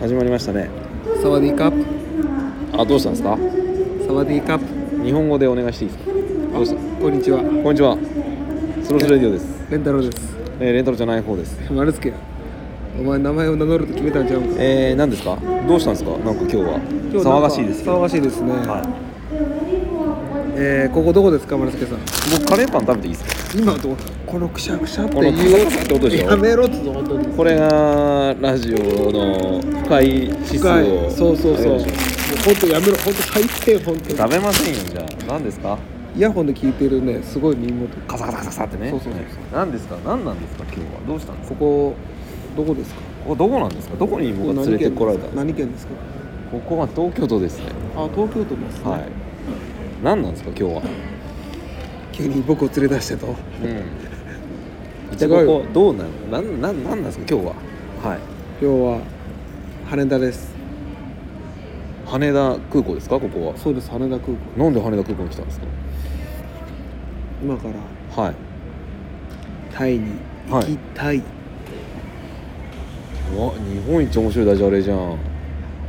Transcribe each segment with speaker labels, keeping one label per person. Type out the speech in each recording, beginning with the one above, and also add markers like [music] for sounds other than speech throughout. Speaker 1: 始まりましたね
Speaker 2: サワディーカッ
Speaker 1: あどうしたんですか
Speaker 2: プサワディーカップ
Speaker 1: 日本語でお願いしていいですかどうした
Speaker 2: こんにちは
Speaker 1: こんにちはスロスレディオです、
Speaker 2: レンタロウです
Speaker 1: えーレンタルじゃない方です
Speaker 2: 丸つけお前名前を名乗ると決めたんちゃうんか
Speaker 1: えー、何ですかどうしたんですかなんか今日は
Speaker 2: 今日なん
Speaker 1: 騒
Speaker 2: か
Speaker 1: がしいですけど
Speaker 2: 騒がしいですね、
Speaker 1: はい
Speaker 2: えーここどこですか丸つけさん
Speaker 1: 僕カレーパン食べていいですか
Speaker 2: 今どここのくしゃくしゃって
Speaker 1: この
Speaker 2: 言おう
Speaker 1: くしゃくしゃって音でしょ
Speaker 2: やめろっつうの本当に
Speaker 1: これがラジオの深い指数
Speaker 2: 深
Speaker 1: を
Speaker 2: いそうそうそうも
Speaker 1: あ
Speaker 2: う
Speaker 1: れでしょ
Speaker 2: 本当やめろ本当最低本当に
Speaker 1: 食べませんよじゃあ何ですか
Speaker 2: イヤホンで聞いてるねすごい耳元
Speaker 1: カサカサカサカサってね
Speaker 2: そうそうそう
Speaker 1: 何ですか何なんですか今日はどうしたんです
Speaker 2: こ
Speaker 1: か
Speaker 2: こどこですか
Speaker 1: ここどこなんですかどこに僕が連れてこられたんですか
Speaker 2: 何県ですか
Speaker 1: ここは東京都ですね
Speaker 2: あ東京都ですね、
Speaker 1: はい何なんですか今日は
Speaker 2: 急に僕を連れ出してと
Speaker 1: うん
Speaker 2: 違
Speaker 1: じゃ
Speaker 2: う
Speaker 1: あ
Speaker 2: よ
Speaker 1: ここどうなのなんなんなんなんですか今日ははい
Speaker 2: 今日は羽田です
Speaker 1: 羽田空港ですかここは
Speaker 2: そうです羽田空港
Speaker 1: なんで羽田空港に来たんです
Speaker 2: 今から
Speaker 1: かはい
Speaker 2: タイに行きたい、
Speaker 1: うわ日本一面白いダジャレじゃん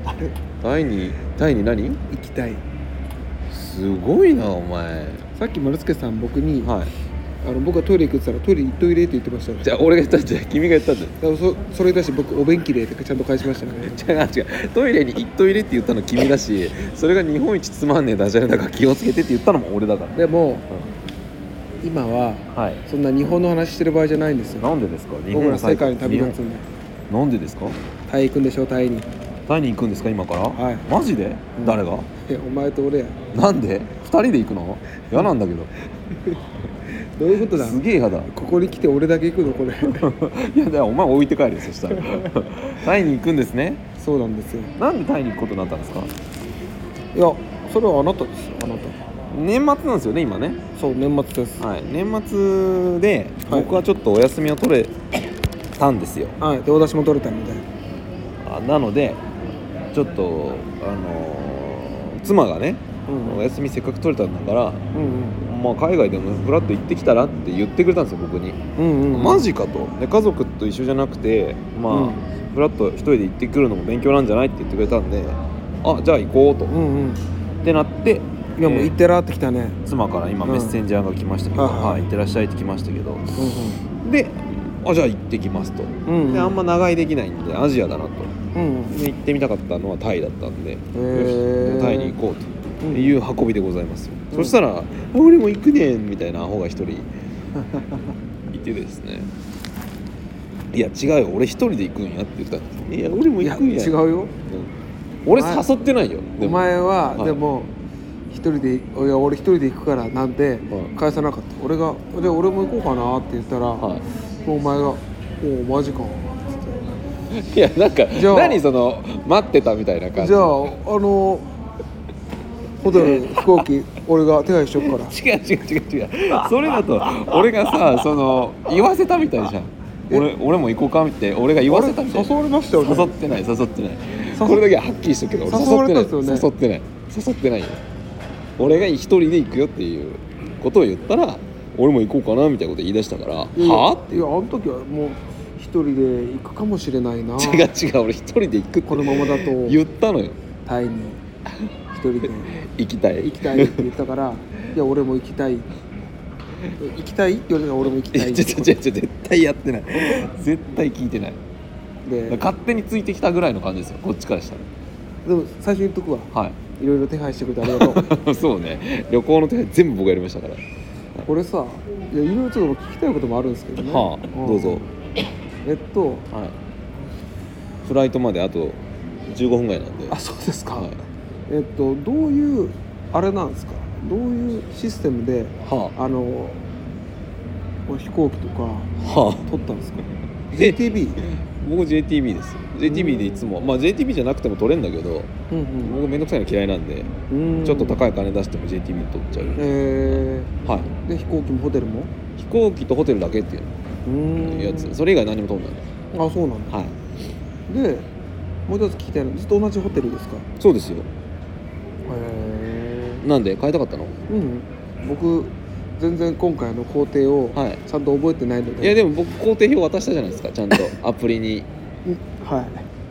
Speaker 2: あれ
Speaker 1: タイにタイに何
Speaker 2: 行きたい
Speaker 1: すごいなお前
Speaker 2: さっき丸助さん僕に、
Speaker 1: は
Speaker 2: あの僕がトイレ行くって言ったらトイレトイレって言ってましたよ
Speaker 1: いじゃあ俺が言ったんじゃない君が言ったんじゃ
Speaker 2: だからそそれに対して僕お便器でってちゃんと返しましたね
Speaker 1: ない違う違うトイレに「行っといれ」って言ったの君だしそれが日本一つまんねえダジャレだから気をつけてって言ったのも俺だから
Speaker 2: でも今は
Speaker 1: はい
Speaker 2: そんな日本の話してる場合じゃないんですよ
Speaker 1: なんでですか日
Speaker 2: 僕ら世界に
Speaker 1: 日
Speaker 2: 旅
Speaker 1: 本
Speaker 2: 立つんで
Speaker 1: なんでですか
Speaker 2: タイ行くんでしょタイに
Speaker 1: タイに行くんですか今から
Speaker 2: はい
Speaker 1: マジで、
Speaker 2: うん
Speaker 1: 誰が
Speaker 2: えお前と俺や
Speaker 1: なんで2人で行くの嫌なんだけど
Speaker 2: どういうことだ
Speaker 1: すげえ嫌だ
Speaker 2: ここに来て俺だけ行くのこ
Speaker 1: い
Speaker 2: れ
Speaker 1: やだからお前置いて帰るよそしたらタイに行くんですね
Speaker 2: そうなんですよ
Speaker 1: なんでタイに行くことになったんですか
Speaker 2: いやそれはあなたですよあなた
Speaker 1: 年末なんですよね今ね
Speaker 2: そう年末です
Speaker 1: はい年末で
Speaker 2: はい
Speaker 1: 僕はちょっとお休みを取れたんですよ、
Speaker 2: はいでお出しも取れたので
Speaker 1: あなのでちょっとあのー妻がね
Speaker 2: うん
Speaker 1: お休みせっかく取れたんだから
Speaker 2: うん
Speaker 1: まあ、海外でもフラッと行ってきたらって言ってくれたんですよ僕に、
Speaker 2: うんうんうん
Speaker 1: マジかとで家族と一緒じゃなくてまあ、
Speaker 2: うん
Speaker 1: フラッと一人で行ってくるのも勉強なんじゃないって言ってくれたんであじゃあ行こうと、
Speaker 2: う
Speaker 1: っ
Speaker 2: んうん
Speaker 1: てなって
Speaker 2: いやもう行ってらーってきたね
Speaker 1: 妻から今
Speaker 2: うん
Speaker 1: メッセンジャーが来ましたけど「
Speaker 2: はいはい
Speaker 1: はい、行ってらっしゃい」って来ましたけど
Speaker 2: う
Speaker 1: であじゃあ行ってきますと、
Speaker 2: んうんうん
Speaker 1: であんま長居できないんでアジアだなと
Speaker 2: うんうん
Speaker 1: で行ってみたかったのはタイだったんでよ
Speaker 2: ー
Speaker 1: しタイに行こうと。
Speaker 2: うん
Speaker 1: いう運びでございますよ、
Speaker 2: うん
Speaker 1: そしたら「俺も行くねん」みたいなアホが一
Speaker 2: [laughs]
Speaker 1: 人いてですね「いや違うよ俺一人で行くんや」って言ったんですいや俺も
Speaker 2: い
Speaker 1: 行
Speaker 2: や
Speaker 1: くんや
Speaker 2: 違うよ
Speaker 1: うん俺誘ってないよ
Speaker 2: お前は
Speaker 1: はい
Speaker 2: でも一人で「いや俺一人で行くから」なんて
Speaker 1: はい
Speaker 2: 返さなかった俺が「で俺も行こうかな」って言ったら
Speaker 1: は
Speaker 2: もうお前が「おおマジか」
Speaker 1: いやなんか
Speaker 2: じゃあ
Speaker 1: 何その待ってたみたいな感じ
Speaker 2: じゃああのホテル飛行機俺が手配しとくから
Speaker 1: 違う違う違う違うそれだと俺がさその言わせたみたいじゃん
Speaker 2: え
Speaker 1: 俺俺も行こうかって俺が言わせたみたい
Speaker 2: あれ誘われましたよね
Speaker 1: 誘ってない誘ってない
Speaker 2: 誘
Speaker 1: これだけははっきりしとくけど俺
Speaker 2: 誘われたんです
Speaker 1: 誘
Speaker 2: よ
Speaker 1: って
Speaker 2: ね
Speaker 1: ない誘ってない誘ってないよ俺が一人で行くよっていうことを言ったら俺も行こうかなみたいなこと言い出したからはい
Speaker 2: やいや
Speaker 1: あって
Speaker 2: いやあの時はもう一人で行くかもしれないな
Speaker 1: 違う違う俺一人で行くって
Speaker 2: このままだと
Speaker 1: 言ったのよ
Speaker 2: タイに一人で
Speaker 1: 行きたい
Speaker 2: 行きたいって言ったから
Speaker 1: [laughs]
Speaker 2: いや俺も行きたい行きたいって言われたら俺も行き
Speaker 1: い
Speaker 2: た
Speaker 1: や [laughs]
Speaker 2: い
Speaker 1: 違う違う違う絶対やってない絶対聞いてない
Speaker 2: で
Speaker 1: 勝手についてきたぐらいの感じですよこっちからした
Speaker 2: でも最初に言っとくわ
Speaker 1: らはい [laughs]
Speaker 2: いろいろ手配してくれてありがとう
Speaker 1: そうね旅行の手配全部僕やりましたから、
Speaker 2: 俺さいやいろいろちょっと聞きたいこともあるんですけどね
Speaker 1: はあ
Speaker 2: ん
Speaker 1: どうぞ、
Speaker 2: えっと
Speaker 1: はい、フライトまであと15分ぐらいなんで
Speaker 2: あそうですか、
Speaker 1: はい
Speaker 2: えっとどういうあれなんですかどういうシステムで
Speaker 1: は
Speaker 2: あの飛行機とか
Speaker 1: あはあ
Speaker 2: 取ったんですか
Speaker 1: え
Speaker 2: JTB?
Speaker 1: 僕 JTB です JTB でいつも、まあ JTB じゃなくても取れんだけど
Speaker 2: うん
Speaker 1: 僕めんどくさいの嫌いなんで、
Speaker 2: うんうん
Speaker 1: ちょっと高い金出しても JTB 取っちゃう、
Speaker 2: え
Speaker 1: はい
Speaker 2: ー、で飛行機もホテルも
Speaker 1: 飛行機とホテルだけっていう
Speaker 2: うーん
Speaker 1: やつそれ以外何も取んない
Speaker 2: あそうなんだ
Speaker 1: はい
Speaker 2: でもう一つ聞きたいのずっと同じホテルですかへ
Speaker 1: そうですよ
Speaker 2: え
Speaker 1: なんで買いたかったの
Speaker 2: うん僕全然今回の工程を
Speaker 1: はい
Speaker 2: ちゃんと覚えてないので、 [laughs]
Speaker 1: いやでも僕工程表渡したじゃないですかちゃんとアプリに
Speaker 2: うんはい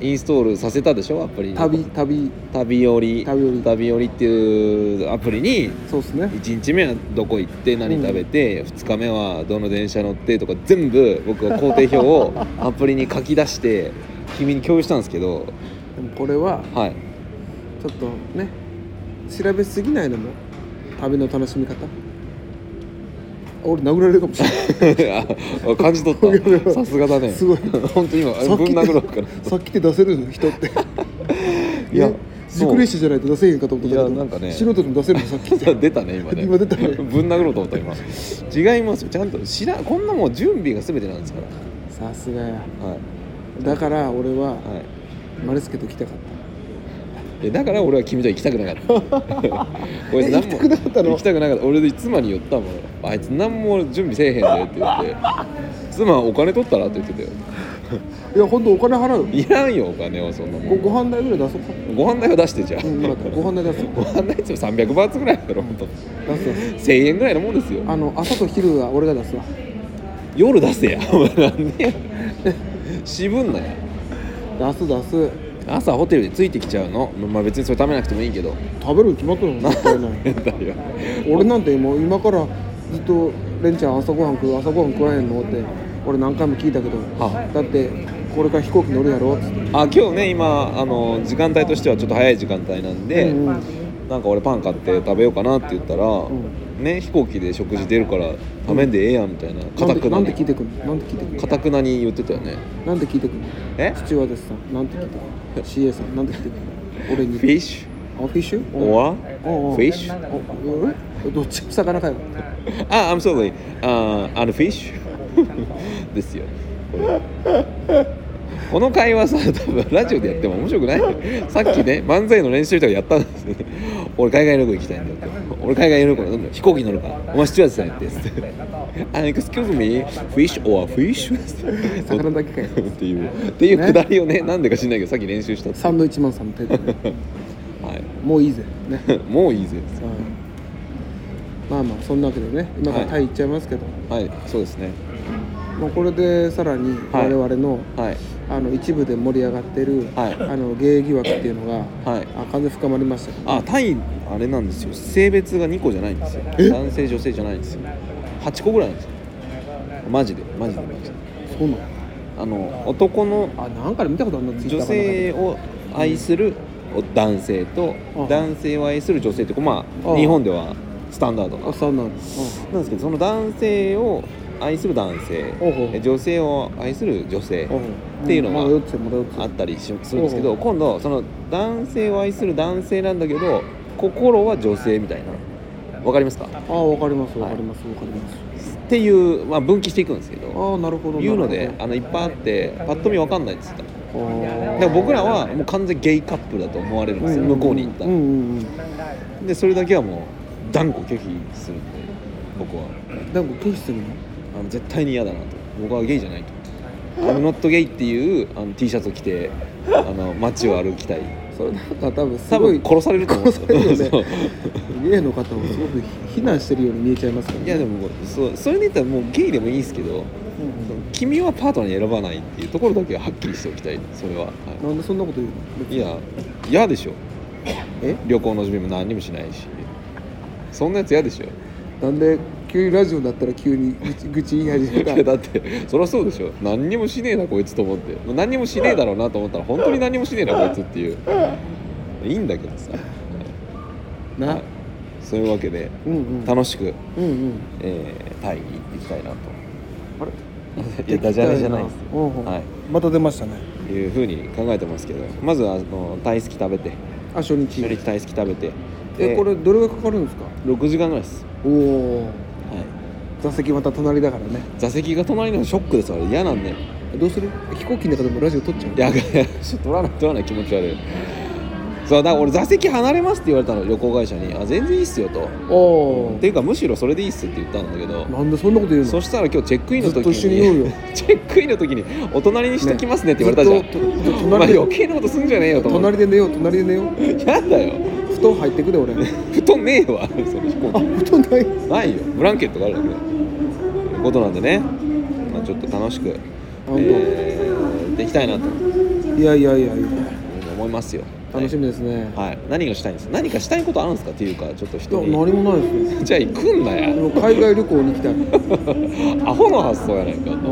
Speaker 1: インストールさせたでしょアプリに
Speaker 2: 旅旅
Speaker 1: 旅より
Speaker 2: 旅より
Speaker 1: 旅よりっていうアプリに
Speaker 2: そうっすね
Speaker 1: 1日目はどこ行って何食べて、2日目はどの電車乗ってとか全部僕は工程表
Speaker 2: [laughs]
Speaker 1: をアプリに書き出して君に共有したんですけど
Speaker 2: でもこれは
Speaker 1: はい [laughs]
Speaker 2: ちょっとね調べすぎないのも旅の楽しみ方俺殴られるかもしれない
Speaker 1: あ感じ取ったさすがだね
Speaker 2: [laughs] すごい
Speaker 1: 本当今ぶん殴ろうから
Speaker 2: さっきって出せるの人って
Speaker 1: いや
Speaker 2: ね
Speaker 1: そう
Speaker 2: 熟練者じゃないと出せへんかと思ったけど
Speaker 1: いやなんかね
Speaker 2: 素人でも出せるのさっ
Speaker 1: [laughs]
Speaker 2: きって
Speaker 1: 出たね今ね
Speaker 2: 今出たね
Speaker 1: ぶん殴ろうと思った今違いますよちゃんと知らこんなもん準備が全てなんですから
Speaker 2: さすがや
Speaker 1: はい
Speaker 2: だから俺は
Speaker 1: はい
Speaker 2: マレスケと来たかった
Speaker 1: えだから俺は君と行きたくなかった
Speaker 2: [laughs]
Speaker 1: 俺
Speaker 2: え
Speaker 1: 何も
Speaker 2: 行きたくなかったの
Speaker 1: 行きたくなかった俺で妻に言ったもんあいつ何も準備せえへんでって言って妻はお金取ったらって言ってたよ
Speaker 2: いや本当お金払う
Speaker 1: いらんよお金をそんなも
Speaker 2: ご
Speaker 1: んご
Speaker 2: ご飯代ぐらい出そうか
Speaker 1: 飯代は出してじゃあ、
Speaker 2: うんよかったご飯代出そう
Speaker 1: ご飯代って300バーツぐらいだろほんと
Speaker 2: 出す出す
Speaker 1: 1000円ぐらいのもんですよ
Speaker 2: あの朝と昼は俺が出すわ
Speaker 1: 夜出せやお前なんでや渋んなや
Speaker 2: 出す出す
Speaker 1: 朝ホテルでついてきちゃうのまあ別にそれ食べなくてもいいけど
Speaker 2: 食べるに決まってるの絶対
Speaker 1: [laughs]
Speaker 2: ない
Speaker 1: だよ
Speaker 2: 俺なんてもう今からずっと「レンちゃん朝ごはん食う朝ごはん食わへんの?」って俺何回も聞いたけど
Speaker 1: は
Speaker 2: だってこれから飛行機乗るやろっつって
Speaker 1: あ今日ね今あの時間帯としてはちょっと早い時間帯なんで、
Speaker 2: うんうん
Speaker 1: なんか俺パン買って食べようかなって言ったら、
Speaker 2: ん
Speaker 1: ね飛行機で食事出るから食べんでええやんみたいなか
Speaker 2: な
Speaker 1: た
Speaker 2: ん
Speaker 1: く
Speaker 2: で
Speaker 1: な
Speaker 2: なんで
Speaker 1: に
Speaker 2: 聞いてくんのなんで聞いてくんの
Speaker 1: かたくなに言ってたよね
Speaker 2: なんで聞いてくんの
Speaker 1: え
Speaker 2: 父親ですさんなんて聞いてくんの CA さんなんで聞いてくんの俺に
Speaker 1: フィッシ
Speaker 2: あフィッシュ
Speaker 1: ュ or
Speaker 2: おうおう
Speaker 1: fish
Speaker 2: おうえどっち魚かよ
Speaker 1: あ I'm sorry あ h and fish [laughs] ですよこれこの会話さ多分ラジオでやっても面白くないさっきね漫才の練習とかやったんですよ俺海外旅行行きたいんだよって俺海外旅行なんだ飛行機乗るからお前シチュアーズさんやってっつって「あ excuse me fish or fish」
Speaker 2: 魚だけかよ
Speaker 1: っていうっていうくだりをねなんでか知んないけどさっき練習したっつっ
Speaker 2: サンドイッチマンさんの手で
Speaker 1: てはい
Speaker 2: もういいぜね
Speaker 1: もういいぜ
Speaker 2: はいまあまあそんなわけでね今からタイ行っちゃいますけど、
Speaker 1: はいそうですね
Speaker 2: まあ、これでさらに
Speaker 1: は
Speaker 2: 我
Speaker 1: い
Speaker 2: 々の,、
Speaker 1: はい
Speaker 2: あの一部で盛り上がってる、
Speaker 1: はい
Speaker 2: あのゲイ疑惑っていうのが、
Speaker 1: はい
Speaker 2: あ完全に深まりました
Speaker 1: あタイあれなんですよ性別が2個じゃないんですよ男性女性じゃないんですよ8個ぐらいなんですよマジでマジでマジで
Speaker 2: そうな
Speaker 1: あの男の
Speaker 2: のあなんかで見たことあるなツイッ
Speaker 1: 女
Speaker 2: ターかなんかで
Speaker 1: 性を愛する男性と
Speaker 2: うん
Speaker 1: 男性を愛する女性ってこうま
Speaker 2: う
Speaker 1: あ
Speaker 2: ん
Speaker 1: 日本ではスタンダードな
Speaker 2: あそうなのうん
Speaker 1: なんですけどその男性を愛する男性
Speaker 2: おうほう
Speaker 1: 女性を愛する女性
Speaker 2: おう
Speaker 1: っていうのが
Speaker 2: まだ4つまだ4つ
Speaker 1: あったりしするんですけ
Speaker 2: お
Speaker 1: ど
Speaker 2: う
Speaker 1: 今度その男性を愛する男性なんだけど心は女性みたいなわかりますかっ
Speaker 2: あわかります
Speaker 1: はい
Speaker 2: わかりますわかります
Speaker 1: ていう、まあ、分岐していくんですけど
Speaker 2: ああなるほど
Speaker 1: いうの
Speaker 2: なる
Speaker 1: で
Speaker 2: ほど
Speaker 1: あのいっぱいあってパッと見わかんないっつっただか
Speaker 2: あ
Speaker 1: ら僕らはもう完全ゲイカップルだと思われるんですよ向こうに行った
Speaker 2: うんう
Speaker 1: ら
Speaker 2: んうん
Speaker 1: でそれだけはもう断固拒否するんで僕は
Speaker 2: でも拒否するの
Speaker 1: あの絶対に嫌だなと僕はゲイじゃないと「I'm not gay」っていうあの T シャツを着てあの街を歩きたい
Speaker 2: それなんか多分す
Speaker 1: 多
Speaker 2: ご
Speaker 1: 分
Speaker 2: い
Speaker 1: 殺されると思うんです
Speaker 2: 殺され
Speaker 1: [laughs]
Speaker 2: る
Speaker 1: そう
Speaker 2: よゲイの方をすごく非難してるように見えちゃいますけど、ね、
Speaker 1: いやでもそうそれで言ったらもうゲイでもいいんですけど
Speaker 2: うん
Speaker 1: 君はパートナーに選ばないっていうところだけははっきりしておきたいそれは、は
Speaker 2: なんでそんなこと言う
Speaker 1: い、
Speaker 2: の
Speaker 1: いや嫌でしょ
Speaker 2: え
Speaker 1: 旅行の準備も何にもしないしそんなやつ嫌で
Speaker 2: [laughs]
Speaker 1: しょ
Speaker 2: なんで急にラジオになったら急に愚痴愚痴言い始め
Speaker 1: い
Speaker 2: た
Speaker 1: やだってそりゃそうでしょ何にもしねえなこいつと思って何にもしねえだろうなと思ったら本当に何もしねえなこいつっていういいんだけどさ
Speaker 2: な、
Speaker 1: はいそういうわけで
Speaker 2: うんうん
Speaker 1: 楽しく、
Speaker 2: うんうん
Speaker 1: えータイに行ってきたいなと
Speaker 2: あれ
Speaker 1: いやダジャレじゃないです
Speaker 2: 行きたうんうん
Speaker 1: はい
Speaker 2: また出ましたね
Speaker 1: いうふうに考えてますけどまずはあのタイ好き食べて
Speaker 2: あ初日
Speaker 1: 初日タイ好き食べて
Speaker 2: え
Speaker 1: で
Speaker 2: これどれがかかるんですか
Speaker 1: 6時間ぐらいです、
Speaker 2: おお
Speaker 1: は
Speaker 2: 座席また隣だからね
Speaker 1: い、座席が隣なのショックですあれ嫌なんで、ね、
Speaker 2: えどうする飛行機の中でもラジオ撮っちゃう
Speaker 1: いやいやちょっと取らない取らない気持ち悪いそうだから俺座席離れますって言われたの旅行会社に「あ全然いいっすよ」と。
Speaker 2: おお
Speaker 1: っていうかむしろそれでいいっすって言ったんだけど
Speaker 2: なんでそんなこと言うの
Speaker 1: そしたら今日チェックインの時に
Speaker 2: ずっと一緒にいようよ
Speaker 1: [laughs] チェックインの時に「お隣にしときますね」って言われたじゃん、
Speaker 2: ねずっとず
Speaker 1: お
Speaker 2: っと隣
Speaker 1: 前
Speaker 2: で
Speaker 1: 余計なことすんじゃねえよと思って
Speaker 2: 隣で寝よう隣で寝よう
Speaker 1: やだよ
Speaker 2: 布団入ってく
Speaker 1: [laughs]
Speaker 2: で俺
Speaker 1: 布団ねえわその飛行
Speaker 2: あ
Speaker 1: 機
Speaker 2: 布団ない
Speaker 1: ないよブランケットがあるわけだということなんでね、まあ、ちょっと楽しく、
Speaker 2: 本当
Speaker 1: えーでききたいなと
Speaker 2: いやいやいやいや
Speaker 1: 思いますよ
Speaker 2: 楽しみですね、
Speaker 1: はい、何がしたいんですか何かしたいことあるんですかっていうかちょっと
Speaker 2: いや
Speaker 1: 人に
Speaker 2: 何もないですよ
Speaker 1: じゃあ行くんだ
Speaker 2: でも
Speaker 1: よ [laughs]
Speaker 2: 海外旅行に行きたい、う
Speaker 1: アホの発想やないか
Speaker 2: ん、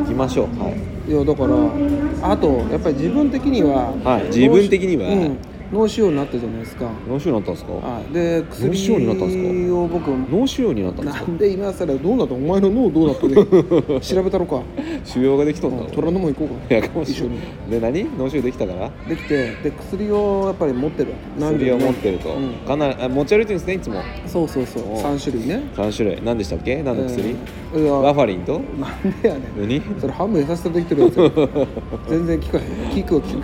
Speaker 1: 行きましょうはい
Speaker 2: いやだからあとやっぱり自分的には、
Speaker 1: はい自分的には
Speaker 2: うん、脳腫瘍になったじゃないですか
Speaker 1: 脳腫瘍になったんですか
Speaker 2: あで薬
Speaker 1: 脳腫瘍になったんです
Speaker 2: を僕
Speaker 1: 脳腫瘍になったんで
Speaker 2: な
Speaker 1: すか
Speaker 2: んで今更どうなったお前の脳どうなった
Speaker 1: [laughs]
Speaker 2: で調べたろか
Speaker 1: 腫瘍ができとんだ
Speaker 2: うん虎ノ門行こう
Speaker 1: い
Speaker 2: か
Speaker 1: やかもしれないで何脳腫瘍できたから
Speaker 2: できてで薬をやっぱり持ってる
Speaker 1: 薬を持ってると、
Speaker 2: うん
Speaker 1: かなりあ持ち歩いてるんですねいつも
Speaker 2: そうそうそう
Speaker 1: おう
Speaker 2: 3種類ね
Speaker 1: 3種類何でしたっけ何の薬、
Speaker 2: えーいや
Speaker 1: ワファリンと
Speaker 2: なんでやねん
Speaker 1: 何
Speaker 2: それハム優しさできてるやつや
Speaker 1: [laughs]
Speaker 2: 全然効かへん効くは効く効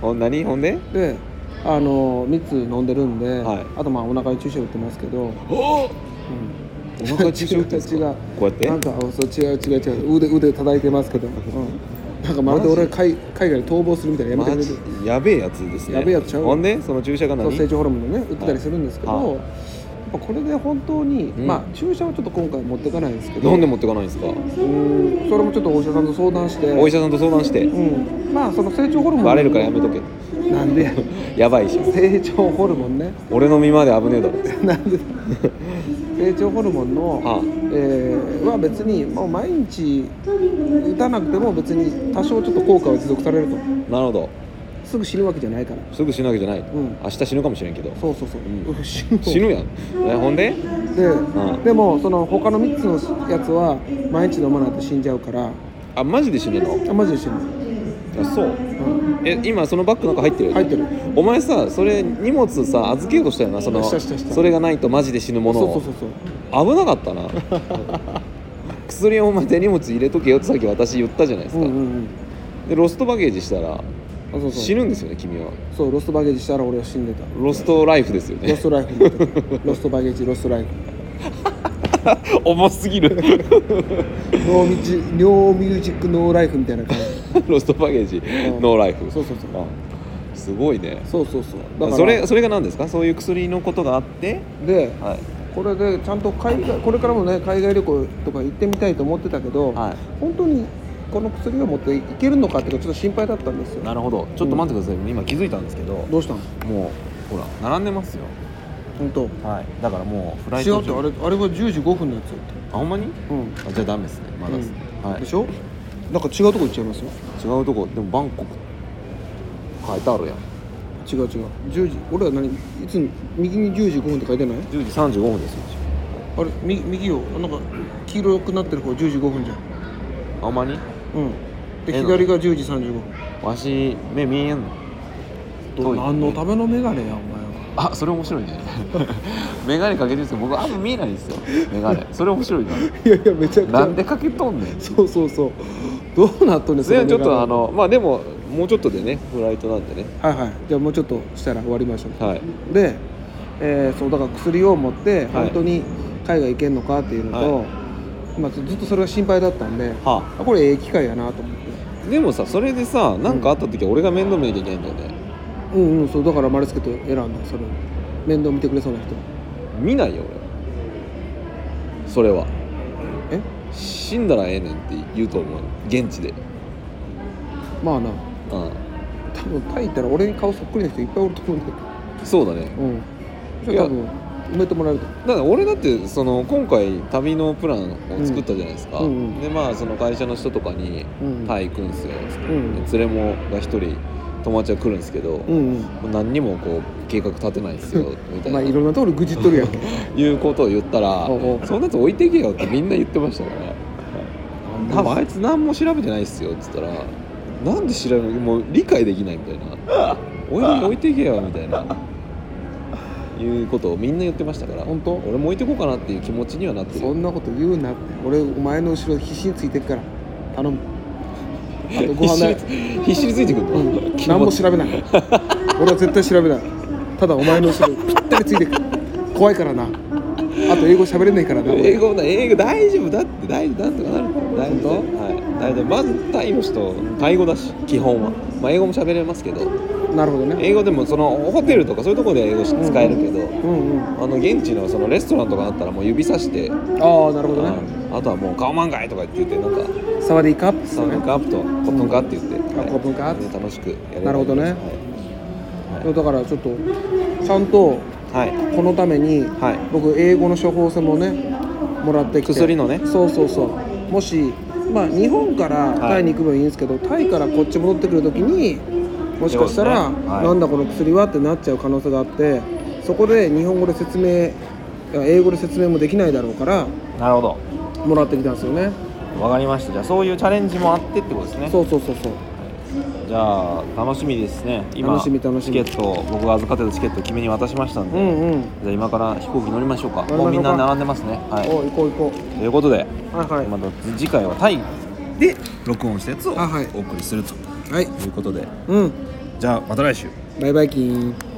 Speaker 1: ほん何ほんで
Speaker 2: くであの3つ飲んでるんで、
Speaker 1: はい
Speaker 2: あとまあお腹に注射打ってますけど、うん、
Speaker 1: おお腹に注射打ってんすか
Speaker 2: 違う違 [laughs] う
Speaker 1: こうやって
Speaker 2: なんかあそう違う違う違う腕腕叩いてますけど、うん、なんかまるで俺海海外で逃亡するみたいなのや
Speaker 1: マ
Speaker 2: めて
Speaker 1: ジ
Speaker 2: くれる
Speaker 1: やべえやつですね
Speaker 2: やべえやつちゃう
Speaker 1: ほんでその注射が
Speaker 2: そう
Speaker 1: 何
Speaker 2: 成長ホルモンのね打ってたりするんですけど、
Speaker 1: はい
Speaker 2: やっぱこれで本当に、
Speaker 1: うん
Speaker 2: まあ注射はちょっと今回持ってかないんですけど
Speaker 1: なんで持ってかないんですか
Speaker 2: うんそれもちょっとお医者さんと相談して
Speaker 1: お医者さんと相談して
Speaker 2: うん、まあその成長ホルモン
Speaker 1: バレるからやめとけ
Speaker 2: なんでや
Speaker 1: やばいじゃん
Speaker 2: 成長ホルモンね
Speaker 1: 俺の身まで危ねえだろ
Speaker 2: なん
Speaker 1: [laughs]
Speaker 2: で成長ホルモンの、
Speaker 1: はあ
Speaker 2: えーは別にもう毎日打たなくても別に多少ちょっと効果は持続されると
Speaker 1: なるほど
Speaker 2: すぐ死ぬわけじゃないから
Speaker 1: すぐ死ぬわけじゃない、
Speaker 2: ん
Speaker 1: 明日死ぬかもしれんけど
Speaker 2: そうそうそう、
Speaker 1: う
Speaker 2: 死ぬ
Speaker 1: 死ぬやんえほんで
Speaker 2: で、
Speaker 1: うん
Speaker 2: でもその他の3つのやつは毎日飲まないと死んじゃうから
Speaker 1: あマジで死ぬの
Speaker 2: あマジで死ぬ、
Speaker 1: あそう
Speaker 2: うん、
Speaker 1: え今そのバッグの中入ってる
Speaker 2: 入ってる
Speaker 1: お前さそれ荷物さ預けようとしたよなその
Speaker 2: したしたした
Speaker 1: それがないとマジで死ぬもの
Speaker 2: そう
Speaker 1: を
Speaker 2: そうそうそう
Speaker 1: 危なかった [laughs] な薬をお前手荷物入れとけよってさっき私言ったじゃないです
Speaker 2: うん
Speaker 1: か、
Speaker 2: うんうん
Speaker 1: でロストバゲージしたら
Speaker 2: あそうそう
Speaker 1: 死ぬんですよね君は
Speaker 2: そうロストバゲージしたら俺は死んでた
Speaker 1: ロストライフですよ
Speaker 2: ロ
Speaker 1: ね
Speaker 2: ストライフになってたロストバゲージロストライフ
Speaker 1: [laughs] 重すぎる
Speaker 2: ノーミジノーミュージックノーライフみたいな感じ
Speaker 1: [laughs] ロストバゲージ、
Speaker 2: ん
Speaker 1: ノーライフ
Speaker 2: そうそうそう
Speaker 1: あすごいね
Speaker 2: そうそうそうだから
Speaker 1: それそれが何ですかそういう薬のことがあって
Speaker 2: で
Speaker 1: はい
Speaker 2: これでちゃんと海外これからもね海外旅行とか行ってみたいと思ってたけど、
Speaker 1: はい
Speaker 2: 本当にこの薬を持っていけるのかっていうかちょっと心配だったんですよ
Speaker 1: なるほどちょっと待ってください、今気づいたんですけど
Speaker 2: どうしたの
Speaker 1: もうほら並んでますよ
Speaker 2: 本当
Speaker 1: はいだからもうフライ
Speaker 2: 違
Speaker 1: ト
Speaker 2: うってあれあれは10時5分のやつよって
Speaker 1: あほんまに
Speaker 2: うん、
Speaker 1: あじゃあダメですねまだですね、
Speaker 2: うん
Speaker 1: はい
Speaker 2: でしょなんか違うとこ行っちゃいますよ
Speaker 1: 違うとこでもバンコク書いてあるやん
Speaker 2: 違う違う10時俺は何いつも右に10時5分って書いてない
Speaker 1: 10時35分ですよ
Speaker 2: あれ右右をなんか黄色くなってる方10時5分じゃん
Speaker 1: あほんまに
Speaker 2: うんで
Speaker 1: え
Speaker 2: 左が10時35分
Speaker 1: わし目見えんの
Speaker 2: ど
Speaker 1: 遠
Speaker 2: う
Speaker 1: い
Speaker 2: 何のための眼鏡やお前は
Speaker 1: あそれ面白いね [laughs] 眼鏡かけてるんですけど僕あんま見えないんですよ眼鏡それ面白い [laughs] ない
Speaker 2: やいやめちゃくちゃ
Speaker 1: なんでかけとんねん
Speaker 2: そうそうそうどうなっとんねん
Speaker 1: それはちょっとあ
Speaker 2: 眼
Speaker 1: のまあでももうちょっとでねフライトなんでね
Speaker 2: 鏡はいはいじゃあもうちょっとしたら終わりましょう
Speaker 1: はい
Speaker 2: で、えーそうだから薬を持って
Speaker 1: はい
Speaker 2: 本当に海外行けんのかっていうのと、
Speaker 1: は
Speaker 2: まあ、ずずっとそれが心配だったんで、
Speaker 1: は
Speaker 2: あこれええ機会やなと思って
Speaker 1: でもさそれでさ何かあった時は俺が面倒見なきゃいけないんだよね
Speaker 2: うんうんそうだから丸つけて選んだそれを面倒見てくれそうな人
Speaker 1: 見ないよ俺それは
Speaker 2: え
Speaker 1: 死んだらええねんって言うと思う現地で
Speaker 2: まあな
Speaker 1: うん
Speaker 2: 多分タイ行ったら俺に顔そっくりな人いっぱいおると思うんだけど
Speaker 1: そうだね
Speaker 2: うんそれ多分埋めてもらえると
Speaker 1: だから俺だってその今回旅のプランを作ったじゃないですか、
Speaker 2: うんうんうん
Speaker 1: でまあその会社の人とかに
Speaker 2: う
Speaker 1: 「
Speaker 2: ん
Speaker 1: タイ行くんすよ」つって、
Speaker 2: うん
Speaker 1: で連れもが一人友達が来るんですけど、
Speaker 2: う
Speaker 1: も
Speaker 2: んうん
Speaker 1: う何にもこう計画立てないんですよみた
Speaker 2: お
Speaker 1: いな
Speaker 2: 前いろんなところ愚痴っとるや
Speaker 1: [laughs]
Speaker 2: ん
Speaker 1: いうことを言ったら
Speaker 2: おうおう
Speaker 1: そんなやつ置いていけよ」ってみんな言ってましたから、多分あいつ何も調べてないっすよ」っつったら「なんで調べないもう理解できない」みたい [laughs] な「置いて置いていけよ」みたいな。いうことをみんな言ってましたから
Speaker 2: 本当
Speaker 1: 俺も置いてこうかなっていう気持ちにはなってる
Speaker 2: [laughs] そんなこと言うなって俺お前の後ろ必死についてるから頼むあとご飯代
Speaker 1: 必死に必死についてくるの、
Speaker 2: うん
Speaker 1: 気持ち
Speaker 2: 何も調べない俺は絶対調べないただお前の後ろぴったりついてく怖いからなあと英語喋れないからな俺
Speaker 1: 英語だ英語大丈夫だって大丈夫だとかなる大丈夫だよはいあれでまずタイの人タイ語だし基本は、まあ、英語も喋れますけど
Speaker 2: なるほどね
Speaker 1: 英語でもそのホテルとかそういうところで英語し使えるけど、
Speaker 2: うんうんあ
Speaker 1: あの現地のそのレストランとかだったらもう指さして、
Speaker 2: あなるほどね
Speaker 1: ああとはもう「顔漫画とか言って言ってなんか
Speaker 2: サワディーカ
Speaker 1: 「
Speaker 2: ップ
Speaker 1: サウンドカップ」と「コットンカ」って言って、
Speaker 2: あコットンカ
Speaker 1: で楽しくやればいい
Speaker 2: なるほどね
Speaker 1: はい
Speaker 2: だからちょっとちゃんと
Speaker 1: はい、はい
Speaker 2: このために
Speaker 1: はい
Speaker 2: 僕英語の処方箋もねもらってきて
Speaker 1: 薬のね
Speaker 2: そうそうそうもしまあ日本からタイに行く分いいんですけど、タイからこっち戻ってくる時にもしかしたら、
Speaker 1: そうですねはい
Speaker 2: なんだこの薬はってなっちゃう可能性があってそこで日本語で説明いや英語で説明もできないだろうから
Speaker 1: なるほど
Speaker 2: もらってきたんですよね
Speaker 1: わかりましたじゃあそういうチャレンジもあってってことですね
Speaker 2: そうそうそうそう
Speaker 1: じゃあ楽しみですね今
Speaker 2: 楽しみ楽し
Speaker 1: チ
Speaker 2: み
Speaker 1: ケットを僕が預かってたチケットを君に渡しましたんで、
Speaker 2: うんうん
Speaker 1: じゃあ今から飛行機乗りましょうか
Speaker 2: 乗りましょうか
Speaker 1: もうみんな並んでますねはい
Speaker 2: お行こう行こと
Speaker 1: いうことで、
Speaker 2: うはいはい
Speaker 1: また次回はタイで録音したやつを
Speaker 2: あはい
Speaker 1: お送りすると
Speaker 2: はい
Speaker 1: いうことで
Speaker 2: うん
Speaker 1: じゃあまた来週
Speaker 2: バイバイキーン